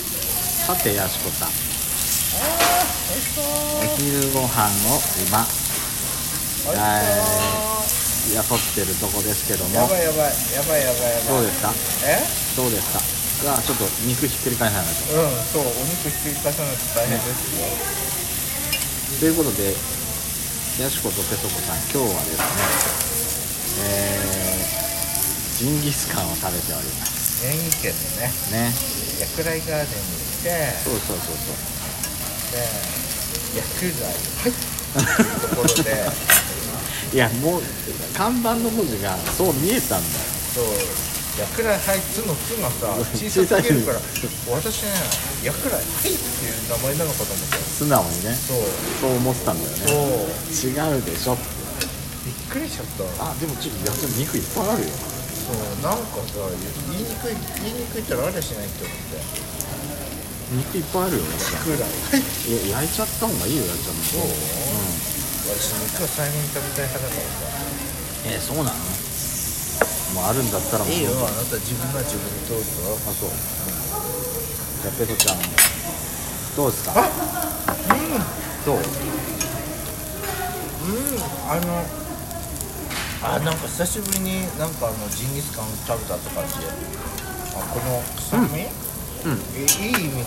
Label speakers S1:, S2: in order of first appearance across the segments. S1: さてやしこさんお昼ご飯を今えーやそってるとこですけど
S2: や
S1: も
S2: ばいやばいやばいやば
S1: どう
S2: いやばい
S1: ですか
S2: え
S1: どうですかがちょっと肉ひっくり返さないと
S2: うんそうお肉ひっくり返さないと大変ですよ、
S1: ということでやしことペソコさん今日はですねえー、ジンギスカンを食べております
S2: 宮城県のね
S1: ね
S2: ヤクライガーデンに来て
S1: そうそうそうそ
S2: で薬剤はいところで
S1: ういやもう看板の文字がそう見えたんだよ
S2: そう薬剤はいつのつがさ小さすぎるから私ね薬剤はいっていう名前なのかと思った
S1: 素直にね
S2: そう
S1: そう思ってたんだよね
S2: そう
S1: 違うでしょ
S2: びっくりしちゃった
S1: あでもちょっと休み肉いっぱいあるよ
S2: そうなんかさ言いにくい言いにくいったらあれしないって思って
S1: 肉いっぱいあるよ私は
S2: 薬剤はい
S1: いや焼いちゃった方がいいよ焼いちゃった
S2: そう
S1: 方が
S2: 私肉は最後に食べたい派だからさ
S1: うんえそうなのもうあるんだったらもう
S2: いいよあなた自分は自分でどうぞ
S1: あそうじゃあペソちゃんどうですか
S2: あうん
S1: どう
S2: うんあのあなんか久しぶりになんかあのジンギスカン食べたって感じであこの臭
S1: う
S2: み、
S1: んうん
S2: えいい意味の臭み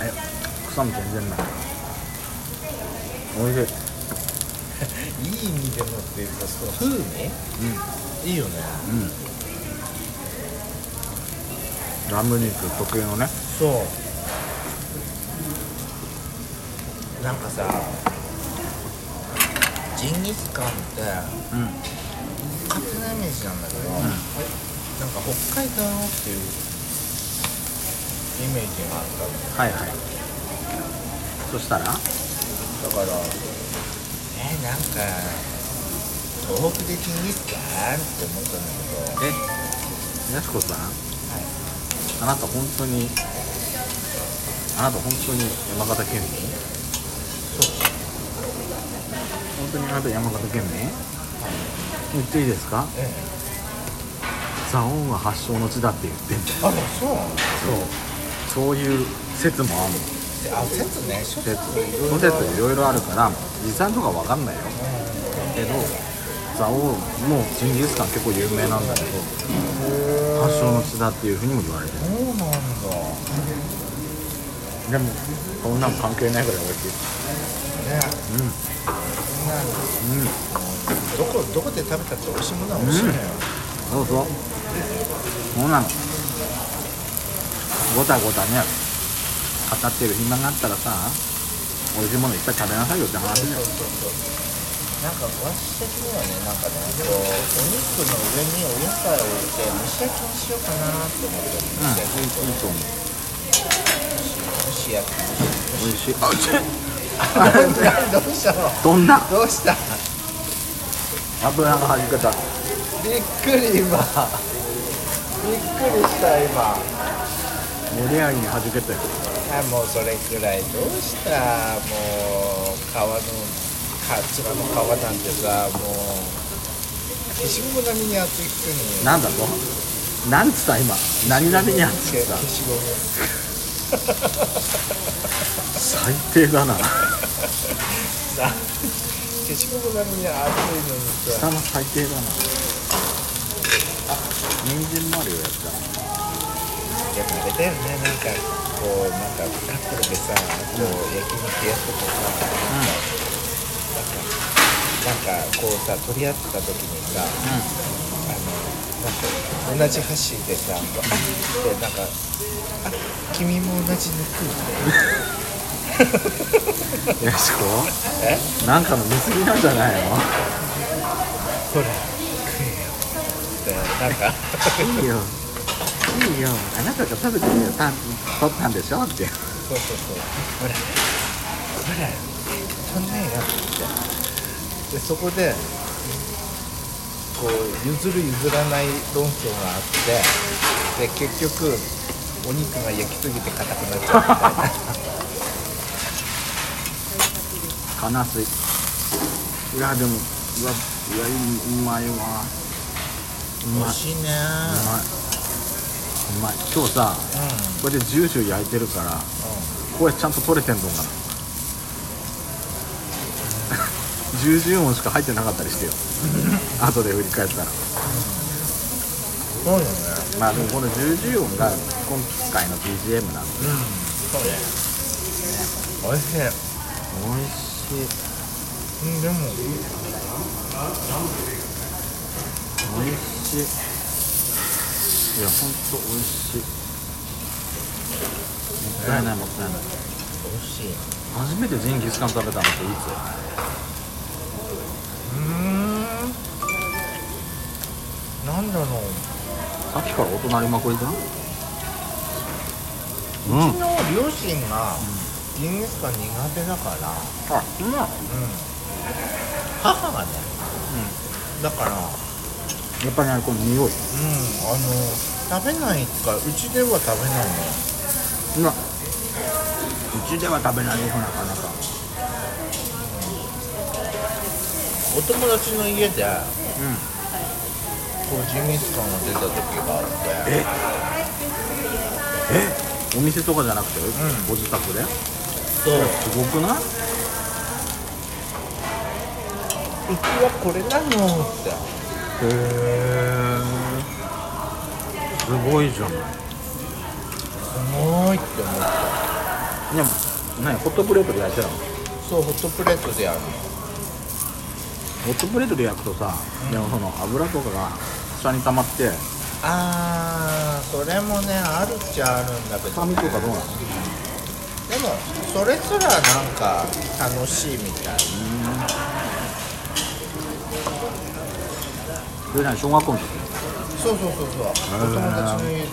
S1: え臭み全然ないおいしい
S2: いい意味でもっていうかその風味いいよね
S1: うんうんラム肉特有のね
S2: そうなんかさジンギスカンって
S1: うん
S2: 勝手なイメージなんだけど、なんか北海道っていうイメージがあったの
S1: はいはいそしたら
S2: だからえー、なんか東北でジンギスカンって思ったんだけど
S1: えやしこさんあなた本当にあなた本当に山形県民そう本当にあなた山形県民言っていいですか
S2: ええ
S1: 蔵王が発祥の地だって言ってんだよ
S2: あそうなの
S1: そうそういう説もあるの
S2: あ説ね諸
S1: 説
S2: いろ
S1: その
S2: いろ
S1: 説いろいろあるから実際のとこは分かんないよけど蔵王もジンギスカン結構有名なんだけど発祥の地だっていうふうにも言われてる
S2: そうなんだ
S1: でもそんなの関係ないぐらい美味しい
S2: ね
S1: うん
S2: そんなの
S1: うん
S2: どこどこで食べたって美味しいものは美味しいのよ、
S1: そうそうそうなのごたごたね語ってる暇があったらさ美味しいものいっぱい食べなさいよって話だよ
S2: なんか私的にはねなんかねこうお肉の上にお野菜を置いて蒸し焼きにしようかなって思ってるんです
S1: い
S2: よ、
S1: いと思う
S2: 蒸し 焼き
S1: 美味しいあち
S2: どうしたの
S1: 飛んだ
S2: どうした
S1: 油が弾けた
S2: びっくり今びっくりした今
S1: 盛り上がりに弾けたよ
S2: あもうそれくらいどうしたもう川のかつらの川なんてさもう消しゴム並みに熱いくに
S1: なんだとなんつった今何々にあって
S2: 消
S1: た
S2: しゴム
S1: 最低だな
S2: さ消しゴム並みに熱いのにさ
S1: 下の最低だなあ人参もあるよやった
S2: やっぱあれだよねなんかこうなんかカップルでさこう焼き肉やっててさ、なんかこうさ取り合ってた時にさ、あのなんか同じ箸でさこうあってなんか「あ君も同じ肉
S1: うんよしこ
S2: え
S1: なんかの見過ぎなんじゃないの
S2: ほら食えよ」ってなんか
S1: いいよいいよあなたが食べてみよた取ったんでしょって
S2: そうそうそうほらほらそんなんよってでそこでこう譲る譲らない論争があってで結局お肉が焼きすぎて硬くなっちゃうみたいな。
S1: 悲しいいやでもうわいやうまいわう
S2: 美
S1: まい
S2: 味しいね
S1: うまいほんま今日さ
S2: うんうん
S1: これでジュージュー焼いてるからこれちゃんと取れてんのかな ジュージュー音しか入ってなかったりしてよ後で振り返ったら
S2: そうよね
S1: まあでもこのジュージュー音が今回の BGM なんで
S2: うんそうねおいしい
S1: 美味しい
S2: うんでも
S1: 美味しいいやほんと美味しいもったいないもったいない
S2: 美味しいう
S1: 初めてジンギスカン食べたのってい
S2: ーんなんだろう
S1: つさっきから音鳴りまくりじゃんうん
S2: うちの両親がジンギスカン苦手だから
S1: あうんや
S2: うん母がね、うん、だから
S1: っぱりねこの匂い
S2: うん、あの食べないかうちでは食べないの
S1: うわうちでは食べないよなかなか
S2: お友達の家で
S1: うん
S2: こうジンギスカンが出た時があって
S1: ええお店とかじゃなくて、
S2: ん
S1: ご自宅でい
S2: そう
S1: やすごくないう
S2: ちはこれなのって
S1: へえすごいじゃない
S2: すごいって思って
S1: でも何ホットプレートで焼いてたのホ
S2: そうホットプレートでやるの
S1: ットプレートで焼くとさ、でもその油とかが下に溜まって
S2: あーそれもねあるっちゃあるんだけど
S1: 臭みとかどうなの
S2: でもそれすらなんか楽しいみたい
S1: それ何小学校の時
S2: そうそうそうそうお友達の家でね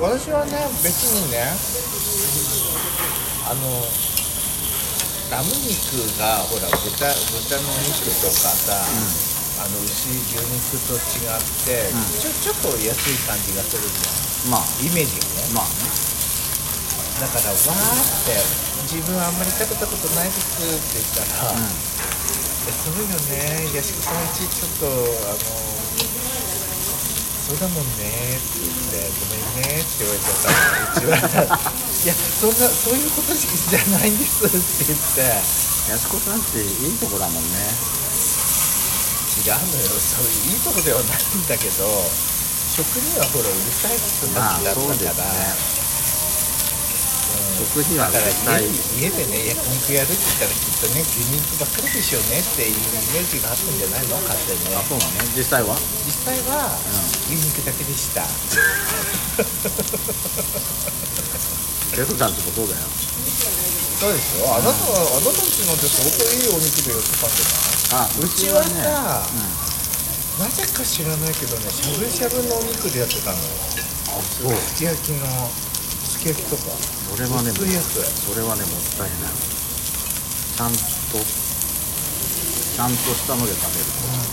S2: 私はね別にねあのラム肉がほら豚豚の肉とかさ、あの牛牛肉と違って、
S1: うん
S2: ちょちょっと安い感じがするじ
S1: まあ
S2: ゃんイメージがね
S1: まあ
S2: だからわーって自分あんまり食べたことないですって言った
S1: ね、
S2: ら、えそうよね屋敷さんちちょっとあのそうだもんねって言ってごめんねって言われたからうちはいやそんなそういうことじゃないんですって言って
S1: うんやすこさんっていいとこだもんね
S2: 違うのよそういういいとこではないんだけど食にはほらうるさい人
S1: まあ
S2: た
S1: そうで
S2: ちだったから、
S1: す
S2: う
S1: ね
S2: ん
S1: 食費は
S2: だから
S1: 絶対
S2: 家に家でね焼肉やるって言ったらきっとね牛肉ばっかりでしょうねっていうイメージがあったんじゃないの勝手にね
S1: あそうだね実際は
S2: 実際は牛肉だけでした、
S1: やすこちゃんってことだよ
S2: そうでしょあなたはあなたの家なんて相当いいお肉でやってたんじゃ
S1: あう
S2: ちはね
S1: うん、
S2: ないなぜか知らないけどねしゃぶしゃぶのお肉でやってたのよ
S1: あそう
S2: すき焼きのすき焼きとか
S1: それはね
S2: 薄いやつ
S1: それはねもったいないちゃんとちゃんとしたので食べる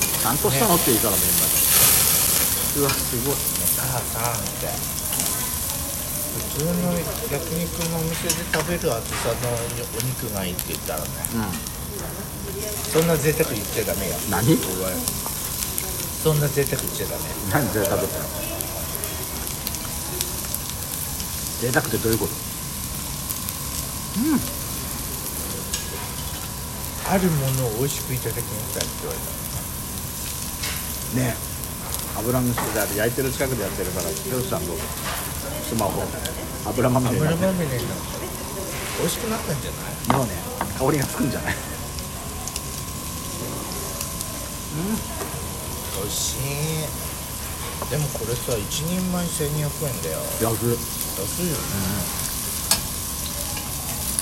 S1: ちゃんとしたのって言いからメンバーうわすごい
S2: 母さんって普通の焼肉のお店で食べる厚さのお肉がいいって言ったらね
S1: うん
S2: そんな贅沢言っちゃダメよ
S1: 何
S2: おいそんな贅沢言っちゃダメ
S1: 何贅沢って贅沢ってどういうこと
S2: あるものを美味しくいただきなさいって言われた
S1: ねえ油の下であれ焼いてる近くでやってるからひろしさんのスマホ油まみれに
S2: 油
S1: なって
S2: まみれになったら美味しくなったんじゃない
S1: もうね香りがつくんじゃない
S2: 美味しいでもこれさ1人前1200円だよ
S1: 安い
S2: 安いよね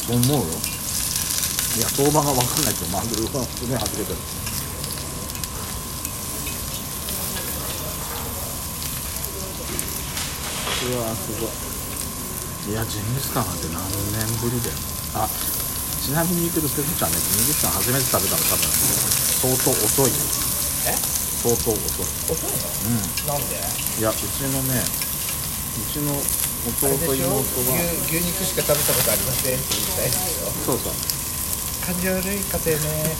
S1: と思うよいや相場が分かんないとマグロがすごい外れてるうわーすごいいやジンギスカンなんて何年ぶりだよあちなみに言うけどペコちゃんねジンギスカン初めて食べたの多分相当遅いよ
S2: え
S1: 相当遅い
S2: 遅い
S1: うん
S2: のなんで
S1: いやうちのねうちの
S2: あれ
S1: 弟
S2: で
S1: 妹
S2: しょ
S1: は
S2: 牛牛肉しか食べたことありませんって言いたいでしょ
S1: そうそう
S2: 感じ悪い家庭ね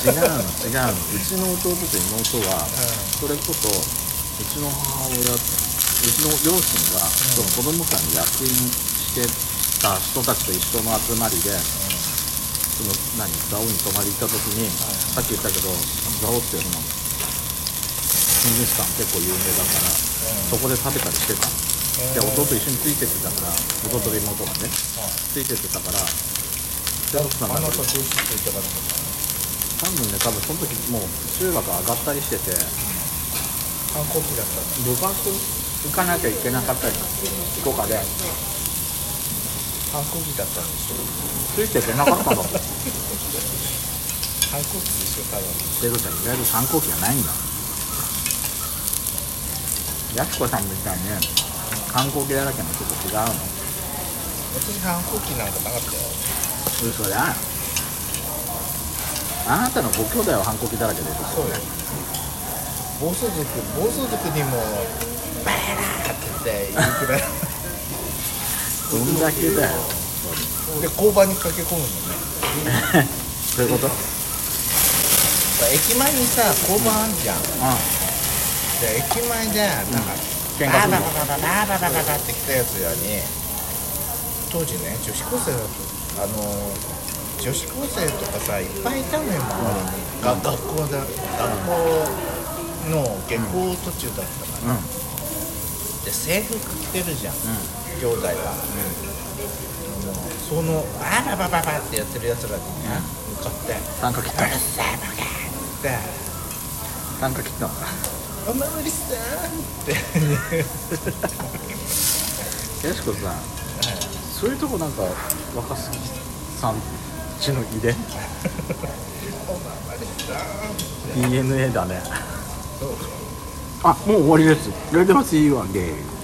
S1: 違うの違うのうちの弟と妹は
S2: う
S1: それこそうちの母親とちの両親が、その子供さんに夜勤してた人たちと一緒の集まりで、その何蔵王に泊まり行った時に、さっき言ったけど蔵王ってそのジンギスカン結構有名だから、そこで食べたりしてたで弟一緒についてってたから弟と妹がね、ついてってたからで奥さんが
S2: あ
S1: 多
S2: の人どうしていたかなかっ
S1: 分ね多分その時もう中学上がったりしてて
S2: た反抗期だった
S1: 部
S2: の
S1: 活行かなきゃいけなかったりとかで
S2: 反抗期だったんでしょ
S1: ついていけなかったの
S2: 反抗期でしょ多分
S1: ペグちゃん意外と反抗期がないんだやすこさんみたいに反抗期だらけの人と違うの
S2: 私反抗期なんかなかったよ
S1: 嘘だあなたのご兄弟は反抗期だらけでしょ
S2: そうよ暴走族暴走族にもバーラーって言って言うくらい
S1: どんだけだよ
S2: で交番に駆け込むのね
S1: そういうことうん
S2: 駅前にさ交番あんじゃんで駅前でなんか
S1: 喧嘩す
S2: バー
S1: る
S2: バ
S1: の
S2: ーバーバーバーバーバーバーって来たやつらに当時ね女子高生だとあの女子高生とかさいっぱいいたのよ周りにが学校だ学校の下校途中だったから、
S1: うんうん
S2: で制服着てるじゃん兄弟が、もうそのあらばばばってやってるやつらにね向かって「うる
S1: 参加切ったの
S2: せえバカ!」って
S1: 参加切ったのか
S2: 「おまわりさん!」って
S1: やしこさんそういうとこなんか若杉さんちの遺伝
S2: 「 おまわりさん!」
S1: DNA だね
S2: そう
S1: あもう終わりですやりてますいいわゲー